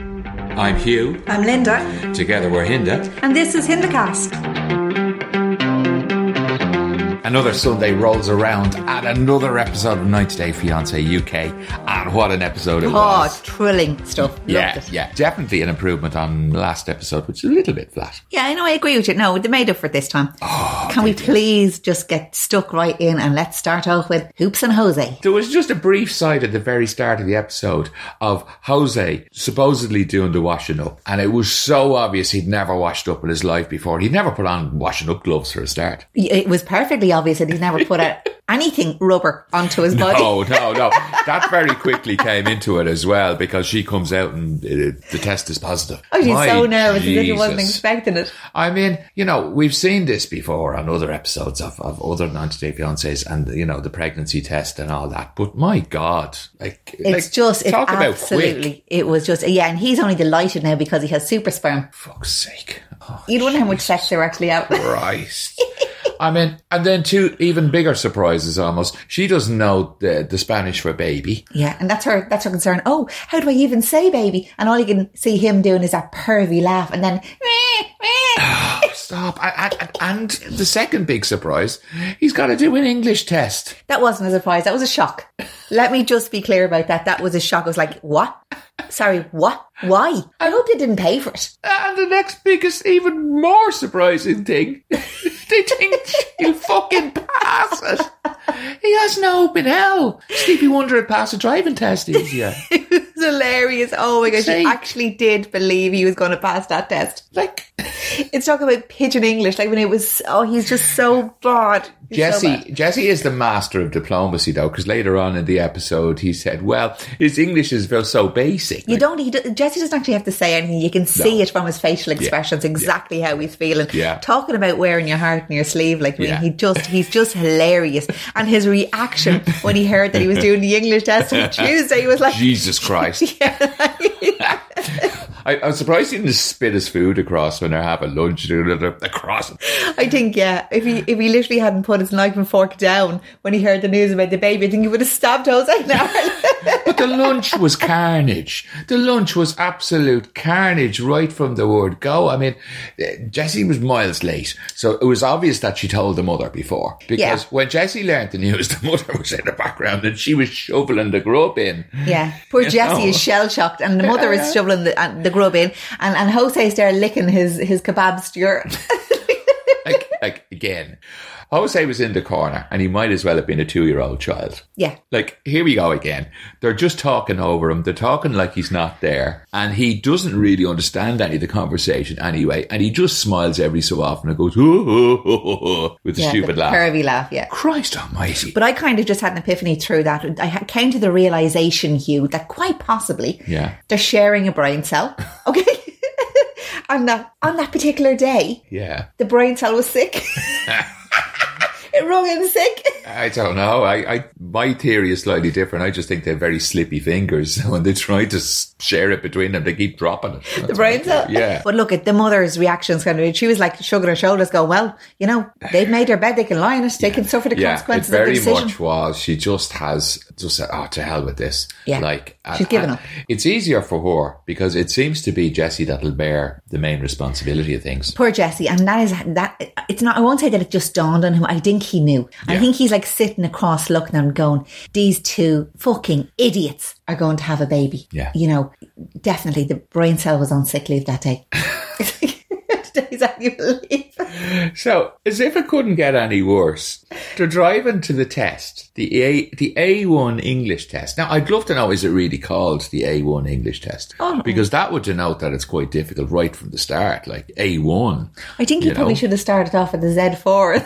I'm Hugh. I'm Linda, Together we're Hinda. and this is Hindacast. Another Sunday rolls around and another episode of 90 Day Fiance UK. And what an episode it Oh, was. thrilling stuff. Loved Yeah, it. yeah. Definitely an improvement on last episode, which is a little bit flat. Yeah, I know, I agree with you. No, they made up for it this time. Oh, Can we please just get stuck right in and let's start off with Hoops and Jose? There was just a brief sight at the very start of the episode of Jose supposedly doing the washing up, and it was so obvious he'd never washed up in his life before. He'd never put on washing up gloves for a start. It was perfectly obvious that he's never put out anything rubber onto his body. Oh no, no! That very quickly came into it as well because she comes out and uh, the test is positive. I was My Oh, so nervous that he wasn't Jesus. expecting it. I mean, you know, we've seen this before on other episodes of, of other 90 Day Fiancés and, you know, the pregnancy test and all that. But my God, like, It's like, just, it's talk about absolutely, quick. it was just, yeah, and he's only delighted now because he has super sperm. Fuck's sake. Oh, You don't know how much sex they're actually out. Christ. I mean, and then two even bigger surprises almost. She doesn't know the, the Spanish for baby. Yeah, and that's her that's her concern. Oh, how do I even say baby? And all you can see him doing is that pervy laugh and then "Meh, meh." Oh, Stop. And, and, and the second big surprise, he's got to do an English test. that wasn't a surprise, that was a shock. Let me just be clear about that. That was a shock. I was like, What? Sorry, what? Why? I hope they didn't pay for it. And the next biggest, even more surprising thing, they think he'll fucking pass it. He has no open hell. Stevie Wonder had passed a driving test easier. It was hilarious. Oh my gosh, Sake. he actually did believe he was gonna pass that test. Like It's talking about pigeon English, like when it was oh he's just so bad. He's so Jesse, bad. Jesse is the master of diplomacy though, because later on in the episode he said, "Well, his English is very- so basic." You don't. He, do- Jesse doesn't actually have to say anything. You can see it from his facial expressions exactly how he's feeling. Yeah. Talking about wearing your heart in your sleeve, like I mean, Yeah. he just he's just hilarious. And his reaction when he heard that he was doing the English test on Tuesday, he was like, Jesus Christ! I, I'm surprised he didn't spit his food across when they're having lunch across. "I think yeah, if he if he literally hadn't put his knife and fork down when he heard the news about the baby, I think he would have stabbed Jose now." But the lunch was carnage. The lunch was absolute carnage right from the word go. I mean, eh, Jessie was miles late. So it was obvious that she told the mother before. Because Yeah. when Jessie learned the news, the mother was in the background and she was shoveling the grub in. Yeah, poor You Jesse know? is shell shocked, and the mother is shoveling the, and the grub in, and and Jose is there licking his his kebab steer. Like, like again, Jose was in the corner and he might as well have been a two year old child. yeah. Like, here we go again. They're just talking over him. They're talking like he's not there. And he doesn't really understand any of the conversation anyway. And he just smiles every so often and goes, "Hoo, hoo, hoo, hoo, hoo," with a Yeah, stupid the laugh. Pervy laugh, yeah. Christ almighty. But I kind of just had an epiphany through that. I ha- came to the realization, Hugh, that quite possibly Yeah. they're sharing a brain cell. Okay. and that on that particular day, yeah. the brain cell was sick. it rung in sick. I don't know. I, I, my theory is slightly different. I just think they're very slippy fingers. when they try to s- share it between them, they keep dropping it. That's The brain my theory. cell. Yeah. But look at the mother's reactions kind of she was like shrugging her shoulders, going, Well, you know, they've made their bed, they can lie in it, they can suffer the Yeah, it consequences of their very decision. much was. She just has just said, "Oh, to hell with this." Yeah. like She's and- given and up. It's easier for her because it seems to be Jesse that'll bear the main responsibility of things. Poor Jesse, and that is that. It's not. I won't say that it just dawned on him. I think he knew. I Yeah. think he's like sitting across, looking at him, going, "These two fucking idiots are going to have a baby." Yeah. you know, definitely the brain cell was on sick leave that day. It's like, Today's annual leave. So, as if it couldn't get any worse, they're driving to the test, the A the A one English test. Now, I'd love to know is it really called the A one English test? Oh. Because that would denote that it's quite difficult right from the start, like A one. I think he You probably know. should have started off at the Z four.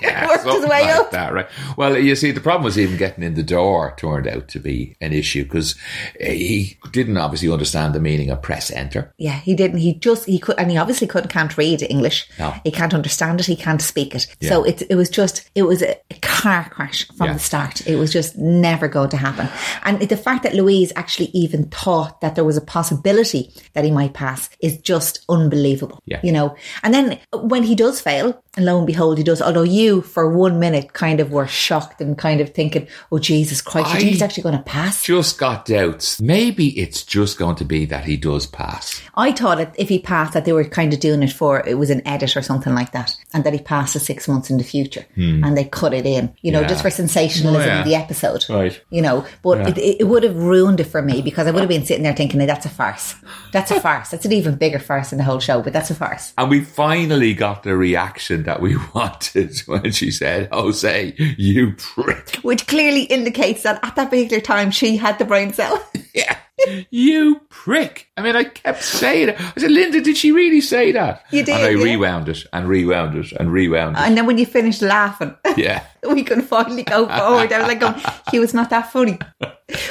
yeah, worked his something way like up. That, right? Well, you see, the problem was even getting in the door turned out to be an issue because he didn't obviously understand the meaning of press enter. Yeah, he didn't. He just he could, and he obviously couldn't can't read English. No. He can't understand it. He can't speak it. So it it was just it was a car crash from Yeah. the start. It was just never going to happen. And the fact that Louise actually even thought that there was a possibility that he might pass is just unbelievable. Yeah. you know. And then when he does fail, and lo and behold, he does. Although you you for one minute kind of were shocked and kind of thinking, oh, Jesus Christ, do you think he's I- actually going to pass? Just got doubts. Maybe it's just going to be that he does pass. I thought that if he passed, that they were kind of doing it for it was an edit or something like that, and that he passed to six months in the future, and they cut it in, you know, Hmm. Yeah. Oh, just for sensationalism Yeah. of the episode, Right. You know, but it, it, it would have ruined it for me because I would have been sitting there thinking, "Hey, "That's a farce. That's a farce. That's an even bigger farce than the whole show." But that's a farce. And we finally got the reaction that we wanted when she said, Jose, you prick. Which clearly indicates that at that particular time she had the brain cell. Yeah. You prick. I mean, I kept saying it. I said, Linda, did she really say that? You did, And I yeah. rewound it and rewound it and rewound it. and then when you finished laughing, Yeah. we can finally go forward. I was like, going, he was not that funny.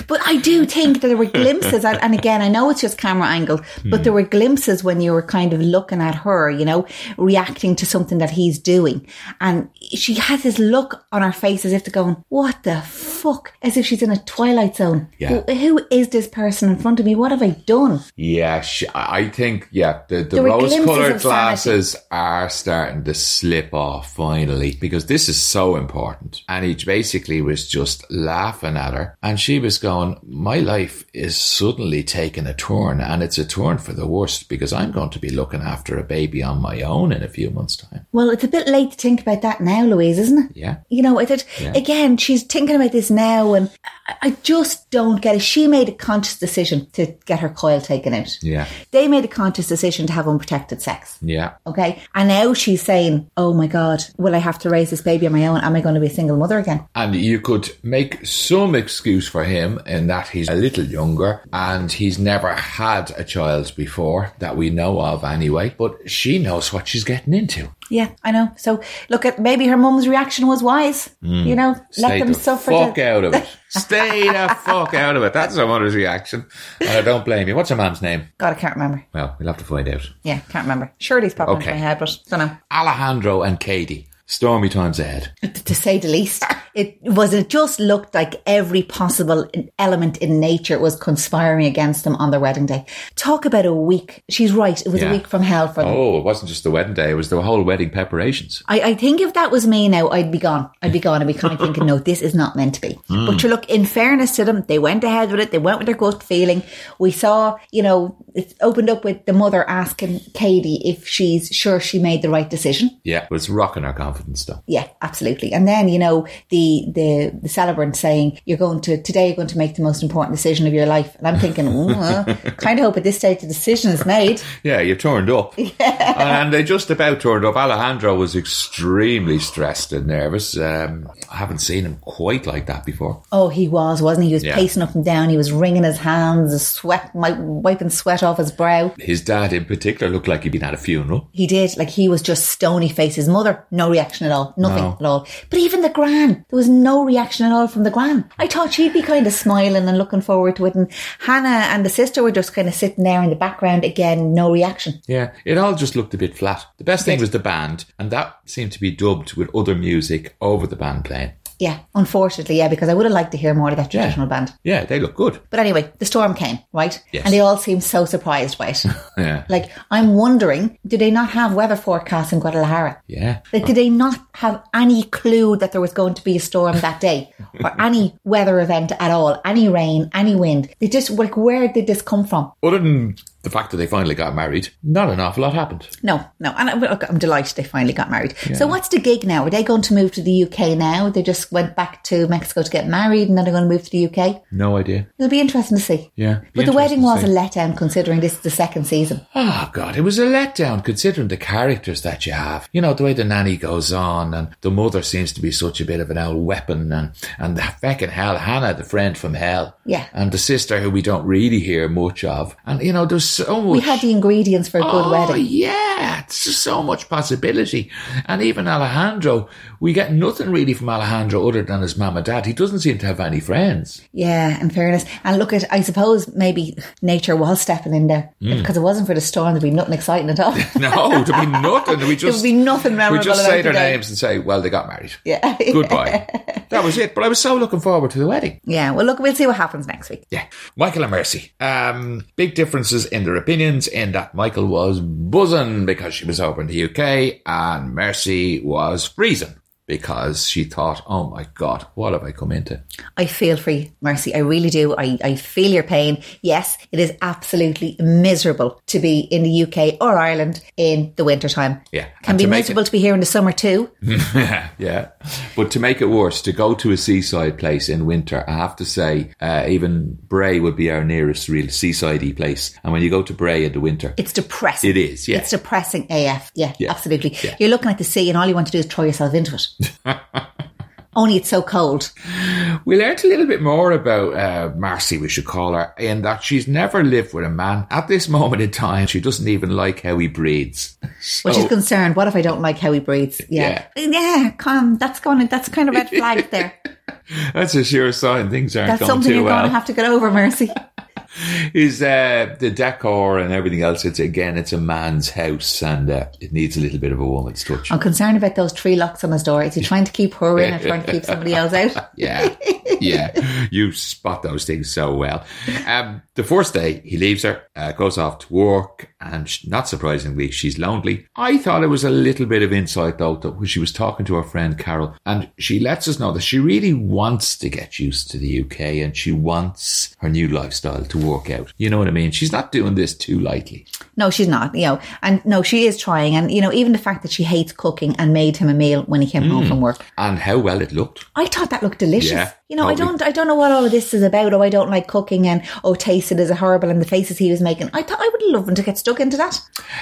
But I do think that there were glimpses, and, and again, I know it's just camera angle, but there were glimpses when you were kind of looking at her, you know, reacting to something that he's doing. And she has this look on her face as if to going, what the fuck? As if she's in a twilight zone. Yeah. Who- who is this person in front of me? What have I done? Yeah. She, I I think, yeah, the, the There were rose glimpses colored of sanity. glasses are starting to slip off finally because this is so important. And he basically was just laughing at her. And she was going, My life is suddenly taking a turn and it's a turn for the worst because I'm going to be looking after a baby on my own in a few months' time. Well, it's a bit late to think about that now, Louise, isn't it? Yeah. You know, it, it, again, she's thinking about this now, and I, I just don't get it. She made a conscious decision to get her coil taken out. Yeah. They made a conscious decision to have unprotected sex. Yeah. Okay. And now she's saying, oh my God, will I have to raise this baby on my own? Am I going to be a single mother again? And you could make some excuse for him in that he's a little younger and he's never had a child before that we know of anyway, but she knows what she's getting into. Yeah, I know. So look at maybe her mum's reaction was wise. You know, let them Mm. the suffer. fuck the- out of it. Stay the fuck out of it. That's her mother's reaction. And I don't blame you. What's her mom's name? God, I can't remember. Well, we'll have to find out. Yeah, can't remember. Shirley's popping Okay. into my head, but don't know. Alejandro and Katie. Stormy times ahead. to say the least. It was it just looked like every possible element in nature was conspiring against them on their wedding day. Talk about a week. She's right. It was Yeah. a week from hell for them. Oh, it wasn't just the wedding day. It was the whole wedding preparations. I, I think if that was me now, I'd be gone. I'd be gone. I'd be kind of thinking, no, this is not meant to be. Hmm. But sure, look, in fairness to them, they went ahead with it. They went with their gut feeling. We saw, you know, it opened up with the mother asking Katie if she's sure she made the right decision. Yeah, it was rocking our confidence though. Yeah, absolutely. And then you know the the the celebrant saying you're going to today you're going to make the most important decision of your life, and I'm thinking, mm, well, kind of hope at this stage the decision is made. Yeah, you turned up. And they just about turned up. Alejandro was extremely stressed and nervous. Um, I haven't seen him quite like that before. Oh, he was, wasn't he? He was Yeah. pacing up and down. He was wringing his hands, the sweat, mi- wiping sweat off his brow. His dad, in particular, looked like he'd been at a funeral. He did, like he was just stony face. His mother, no reaction at all, nothing No. at all. But even the gran, there was no reaction at all from the gran. I thought she'd be kind of smiling and looking forward to it, and Hannah and the sister were just kind of sitting there in the background again, no reaction. Yeah, it all just looked a bit flat. The best thing was the band, and that seemed to be dubbed with other music over the band playing. Yeah, unfortunately, yeah, because I would have liked to hear more of that traditional band. Yeah, they look good. But anyway, the storm came, right? Yes. And they all seemed so surprised by it. Yeah. like, I'm wondering, do they not have weather forecasts in Guadalajara? Yeah. Like, did they not have any clue that there was going to be a storm that day or any weather event at all, any rain, any wind? They just, like, where did this come from? Other than the fact that they finally got married, not an awful lot happened. No, no. And I, well, look, I'm delighted they finally got married. So, what's the gig now? Are they going to move to the UK now? They just went back to Mexico to get married and then they're going to move to the UK? No idea. It'll be interesting to see. Yeah. But the wedding was a letdown considering this is the second season. Oh God, it was a letdown considering the characters that you have. You know, the way the nanny goes on and the mother seems to be such a bit of an old weapon and, and the fucking hell, Hannah, the friend from hell. Yeah. And the sister who we don't really hear much of. And you know, there's so much. Oh, We had the ingredients for a good wedding. yeah, it's just so much possibility. And even Alejandro, we get nothing really from Alejandro other than his mum and dad. He doesn't seem to have any friends. Yeah, in fairness. And look at, I suppose maybe nature was stepping in there Hmm. because it wasn't for the storm, there'd be nothing exciting at all. No, there'd be nothing. We There just would be nothing we memorable just about say the their day. names and say, well, they got married. Yeah. Goodbye. that was it. But I was so looking forward to the wedding. yeah. Well, look, we'll see what happens next week. Yeah. Michael and Mercy. Um, big differences in their opinions in that Michael was buzzing because she was over in the UK and Mercy was freezing because she thought, oh my God, what have I come into? I feel for you, Mercy. I really do. I, I feel your pain. Yes, it is absolutely miserable to be in the UK or Ireland in the wintertime. Yeah. Can and be to make miserable to be here in the summer too. yeah. But to make it worse, to go to a seaside place in winter, I have to say, uh, even Bray would be our nearest real seasidey place. And when you go to Bray in the winter, It's depressing. it is, yeah. It's depressing AF. Yeah, Yeah. absolutely. Yeah. You're looking at the sea and all you want to do is throw yourself into it. Only it's so cold. We learnt a little bit more about uh, Marcy, we should call her, in that she's never lived with a man. At this moment in time, she doesn't even like how he breathes. Which So- is concerned. What if I don't like how he breathes? Yeah. Yeah, come. That's going that's kind of red flag there. That's a sure sign things aren't That's going something too you're well. gonna have to get over, Mercy. is uh, the decor and everything else. It's again, it's a man's house, and uh, it needs a little bit of a woman's touch. I'm concerned about those three locks on his door. Is he trying to keep her in or trying to keep somebody else out? Yeah, yeah, you spot those things so well. Um, the first day, he leaves her, uh, goes off to work, and sh- not surprisingly, she's lonely. I thought it was a little bit of insight though that when she was talking to her friend Carol, and she lets us know that she really wants to get used to the UK and she wants her new lifestyle to work out. You know what I mean? She's not doing this too lightly. No, she's not, you know. And no, she is trying. And, you know, even the fact that she hates cooking and made him a meal when he came Mm. home from work. And how well it looked. I thought that looked delicious. Yeah, you know, I probably. don't I don't know what all of this is about. Oh, I don't like cooking and oh taste it is horrible and the faces he was making. I thought I would love him to get stuck into that.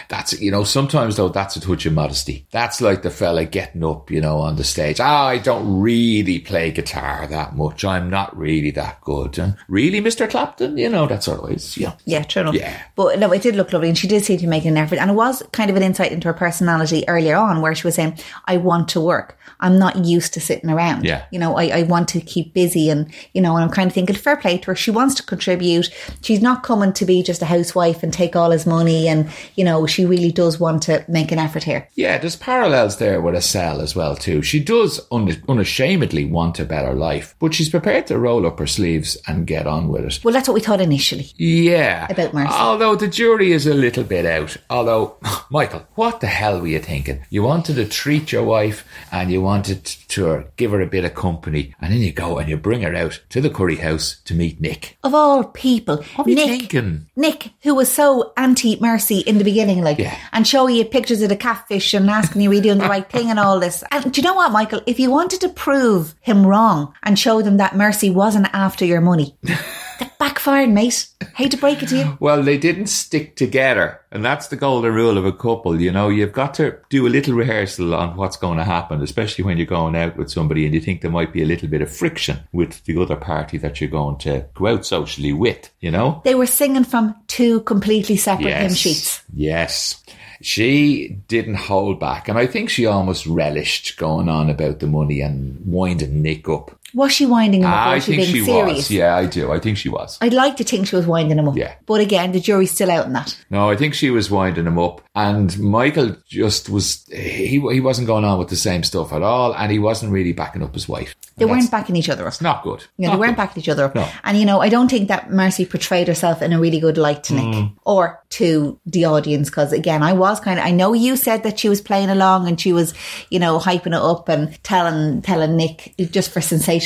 That's you know sometimes though that's a touch of modesty. That's like the fella getting up you know on the stage. Ah, I don't really play guitar that much. I'm not really that good. And really, Mister Clapton, you know that's always you know. Yeah, true enough. Yeah. But no, it did look lovely and she did seem to make an effort. And it was kind of an insight into her personality earlier on where she was saying, I want to work. I'm not used to sitting around. Yeah. You know, I, I want to keep busy and, you know, and I'm kind of thinking fair play to her. She wants to contribute. She's not coming to be just a housewife and take all his money. And, you know, she really does want to make an effort here. Yeah, there's parallels there with Estelle as well too. She does un- unashamedly want a better life, but she's prepared to roll up her sleeves and get on with it. Well, that's what we thought initially. Yeah. About Marcy. Although the jury is a little bit out. Although, Michael, what the hell were you thinking? You wanted to treat your wife and you wanted to give her a bit of company. And then you go and you bring her out to the curry house to meet Nick. Of all people, What are you Nick, thinking? Nick, who was so anti Mercy in the beginning, like, Yeah. and showing you pictures of the catfish and asking you, are you doing the right thing and all this. And do you know what, Michael? If you wanted to prove him wrong and show them that Mercy wasn't after your money, that backfired, mate. Hate to break it to you. Well, they didn't stick together. And that's the golden rule of a couple. You know, you've got to do a little rehearsal on what's going to happen, especially when you're going out with somebody and you think there might be a little bit of friction with the other party that you're going to go out socially with, you know? They were singing from two completely separate hymn sheets. Yes. She didn't hold back. And I think she almost relished going on about the money and winding Nick up. Was she winding him up? or I was she think being she serious? was. Yeah, I do. I think she was. I'd like to think she was winding him up. Yeah. But again, the jury's still out on that. No, I think she was winding him up. And Michael just was, he, he wasn't going on with the same stuff at all. And he wasn't really backing up his wife. They And weren't that's backing each other up. Not good. You know, Not they weren't good. backing each other up. Oh. No. And, you know, I don't think that Mercy portrayed herself in a really good light to Mm. Nick or to the audience. Because, again, I was kind of, I know you said that she was playing along and she was, you know, hyping it up and telling, telling Nick just for sensationalism.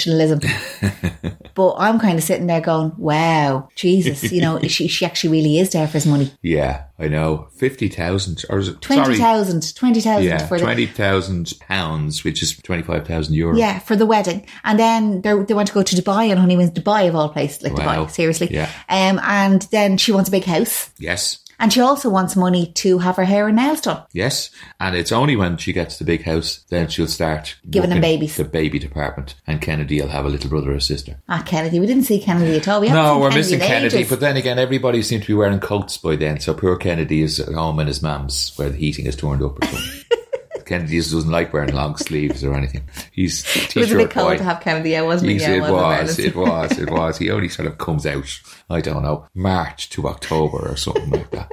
but I'm kind of sitting there going, wow, Jesus, you know, she, she actually really is there for his money. Yeah, I know. 50,000 or is it- sorry. 20,000, 20,000 Yeah, for the, 20,000 pounds, which is 25,000 euros. Yeah, for the wedding, and then they they want to go to Dubai on honeymoon. Dubai of all places, like Wow. Dubai, seriously. Yeah. Um, and then she wants a big house, Yes. and she also wants money to have her hair and nails done. Yes, and it's only when she gets the big house then she'll start Giving them working babies. The baby department, and Kennedy will have a little brother or sister. Ah, Kennedy, we didn't see Kennedy at all. We haven't No, seen we're Kennedy missing in Kennedy, ages. but then again, everybody seems to be wearing coats by then. So poor Kennedy is at home in his mum's where the heating is turned up or something. Kennedy just doesn't like wearing long sleeves or anything. He's a it was a t-shirt bit cold boy. to have Kennedy. I wasn't. Yes, yeah, I it wasn't was, Ireland. it was, it was. He only sort of comes out, I don't know, March to October or something like that.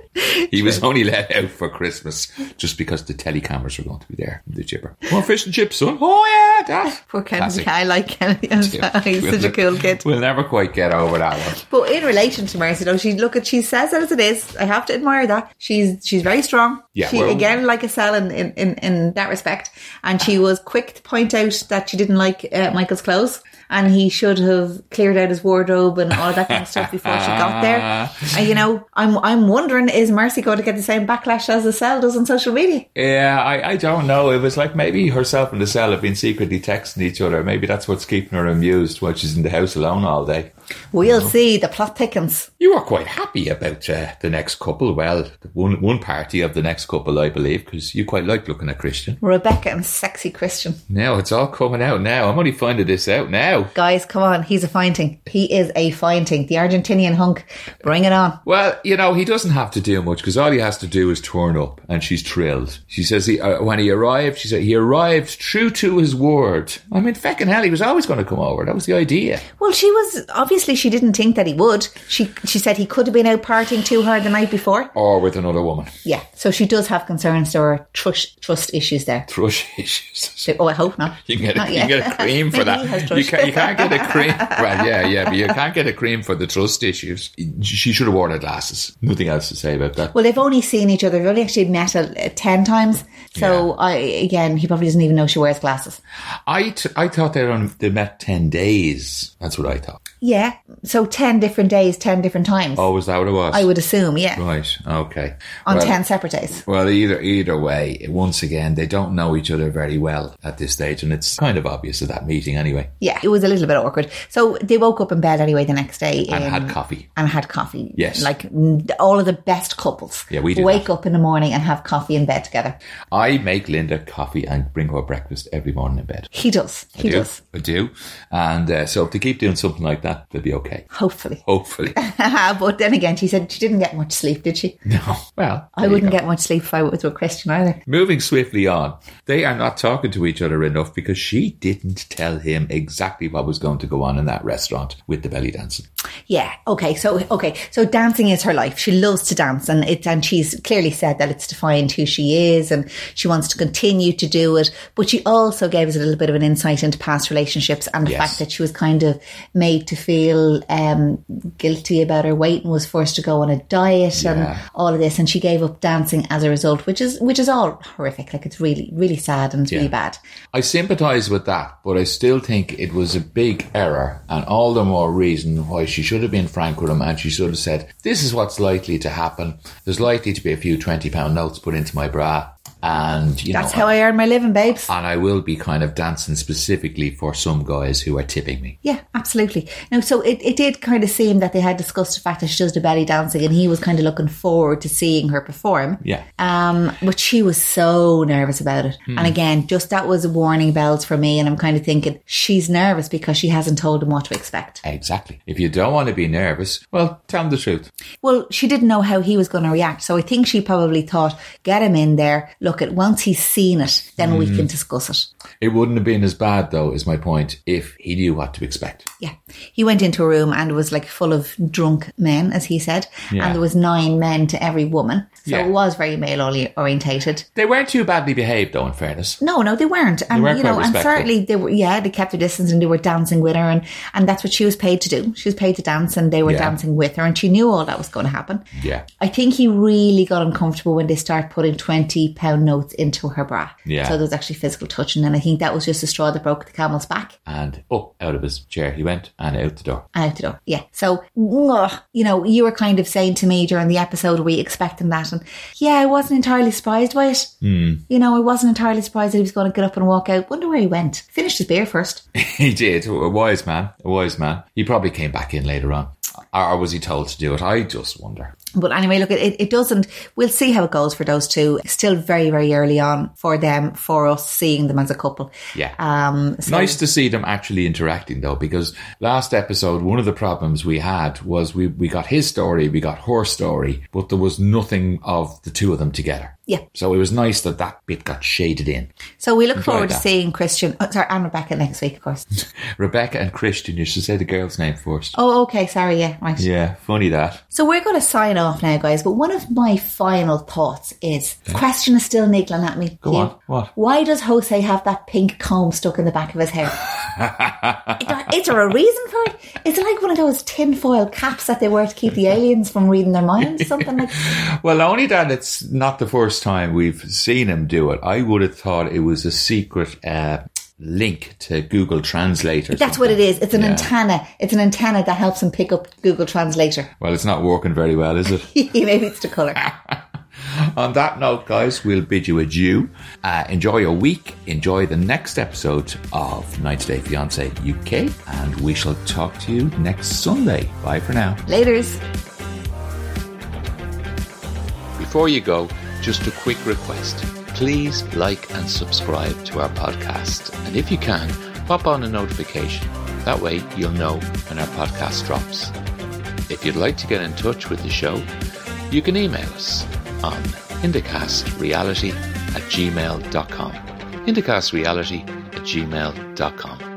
He was only let out for Christmas just because the telecameras were going to be there, the chipper. Well, fish and chips, son. Oh, yeah, Dad. Poor Kennedy. Classic. I like Kennedy. He's such a cool kid. We'll never quite get over that one. But in relation to Mercy, though, she look at she says it as it is. I have to admire that. She's she's very strong. Yeah, she well- again like a cell in in in, in in that respect. And she was quick to point out that she didn't like uh, Michael's clothes and he should have cleared out his wardrobe and all that kind of stuff before she got there. And, you know, I'm I'm wondering is Mercy going to get the same backlash as the cell does on social media? Yeah, I, I don't know. It was like maybe herself and the cell have been secretly texting each other. Maybe that's what's keeping her amused while she's in the house alone all day. We'll see. The plot thickens. You were quite happy about uh, the next couple. Well, one one party of the next couple, I believe, because you quite like looking at Christian. Rebecca and sexy Christian. Now it's all coming out. Now I'm only finding this out now. Guys, come on. He's a finding. He is a finding. The Argentinian hunk. Bring it on. Well, you know he doesn't have to do much because all he has to do is turn up, and she's thrilled. She says he, uh, when he arrived, she said he arrived true to his word. I mean, feckin' hell, he was always going to come over. That was the idea. Well, she was obviously she didn't think that he would. She she said he could have been out partying too hard the night before. Or with another woman, Yeah. So she does have concerns or trust trust issues there. thrush issues. So- oh, I hope not. You can get a, Not you can yet. get a cream for Maybe that. he has You, thrush. can, you can't get a cream. Well, yeah, yeah, but you can't get a cream for the trust issues. She should have worn her glasses. Nothing else to say about that. Well, they've only seen each other. They've only actually met uh, ten times. So I again, he probably doesn't even know she wears glasses. I, t- I thought they were on, they met 10 days. That's what I thought. Yeah. So ten different days, ten different times. Oh, was that what it was? I would assume. Yeah. right, okay. On well, ten separate days. Well, either either way, once again, they don't know each other very well at this stage, and it's kind of obvious at that meeting anyway. Yeah, it was a little bit awkward. So they woke up in bed anyway the next day And in- had coffee. and had coffee. Yes. like mm, all of the best couples. Yeah, we do wake up in the morning and have coffee in bed together. I make Linda coffee and bring her breakfast every morning in bed. He does. He do. does. I do. And uh, so if they keep doing something like that, they'll be okay. Hopefully. Hopefully. but then again, she said she didn't get much sleep, did she? no. Well, I wouldn't get much sleep if I was with Christian either. Moving swiftly on, they are not talking to each other enough because she didn't tell him exactly what was going to go on in that restaurant with the belly dancing. Yeah. Okay. So okay. So dancing is her life. She loves to dance, and it and she's clearly said that it's defined who she is, and she wants to continue to do it. But she also gave us a little bit of an insight into past relationships and the Yes. fact that she was kind of made to feel um, guilty about her weight and was forced to go on a diet Yeah. and all of this, and she gave up dancing as a result, which is which is all horrific. Like it's really really sad and it's really bad. I sympathise with that, but I still think it was a big error, and all the more reason why she should have been frank with him and she should have said, This is what's likely to happen. There's likely to be a few £20 notes put into my bra, and you That's know. how I earn my living, babes. and I will be kind of dancing specifically for some guys who are tipping me. Yeah, absolutely. No, so it, it did kind of seem that they had discussed the fact that she does the belly dancing and he was kind of looking forward to seeing her perform. Yeah. Um, but she was so nervous about it. And again, just that was warning bells for me. And I'm kind of thinking she's nervous because she hasn't told him what to expect. Exactly. If you don't want to be nervous, well, tell them the truth. Well, she didn't know how he was going to react. So I think she probably thought, get him in there. Look at once he's seen it, then we can discuss it. It wouldn't have been as bad, though, is my point, if he knew what to expect. Yeah. He went into a room and was like full of drunk men, as he said. Yeah. And there was nine men to every woman. So Yeah. it was very male ori- orientated. They weren't too badly behaved, though, in fairness. No, no, they weren't. And weren't you quite know, and respectful. certainly they were yeah, they kept their distance and they were dancing with her and, and that's what she was paid to do. She was paid to dance and they were Yeah. dancing with her and she knew all that was gonna happen. Yeah. I think he really got uncomfortable when they start putting twenty pound notes into her bra. Yeah. So there was actually physical touch and then I think that was just the straw that broke the camel's back. And up out of his chair he went and out the door. out the door. Yeah. So, ugh, you know, you were kind of saying to me during the episode, we expecting that. And yeah, I wasn't entirely surprised by it. Mm. You know, I wasn't entirely surprised that he was going to get up and walk out. Wonder where he went. Finished his beer first. he did. A wise man. A wise man. He probably came back in later on. Or was he told to do it? I just wonder. But anyway, look, it, it doesn't. We'll see how it goes for those two. Still very, very early on for them, for us seeing them as a couple. Yeah. Um, so Nice to see them actually interacting though, because last episode, one of the problems we had was we, we got his story, we got her story, but there was nothing of the two of them together. Yeah. So it was nice that that bit got shaded in. So we look forward that. to seeing Christian, oh, sorry, and Rebecca next week, of course. Rebecca and Christian, you should say the girl's name first. Oh, okay. Sorry. yeah, right. Yeah, funny that. So we're going to sign off now, guys. But one of my final thoughts is question is still niggling at me. Go Hugh. on, what? Why does Jose have that pink comb stuck in the back of his hair? Is there- is there a reason for it? Is it like one of those tinfoil caps that they wear to keep the aliens from reading their minds? Something like Well, only that it's not the first time we've seen him do it. I would have thought it was a secret uh, link to Google Translator. that's what it is. It's an antenna. It's an antenna that helps him pick up Google Translator. Well, it's not working very well, is it? Maybe it's the color. On that note, guys, we'll bid you adieu. Uh, enjoy your week. Enjoy the next episode of 90 Day Fiance UK, and we shall talk to you next Sunday. Bye for now. Later's. Before you go, just a quick request. Please like and subscribe to our podcast. And if you can, pop on a notification. That way you'll know when our podcast drops. If you'd like to get in touch with the show, you can email us on indicastreality at gmail.com. Indicastreality at gmail.com.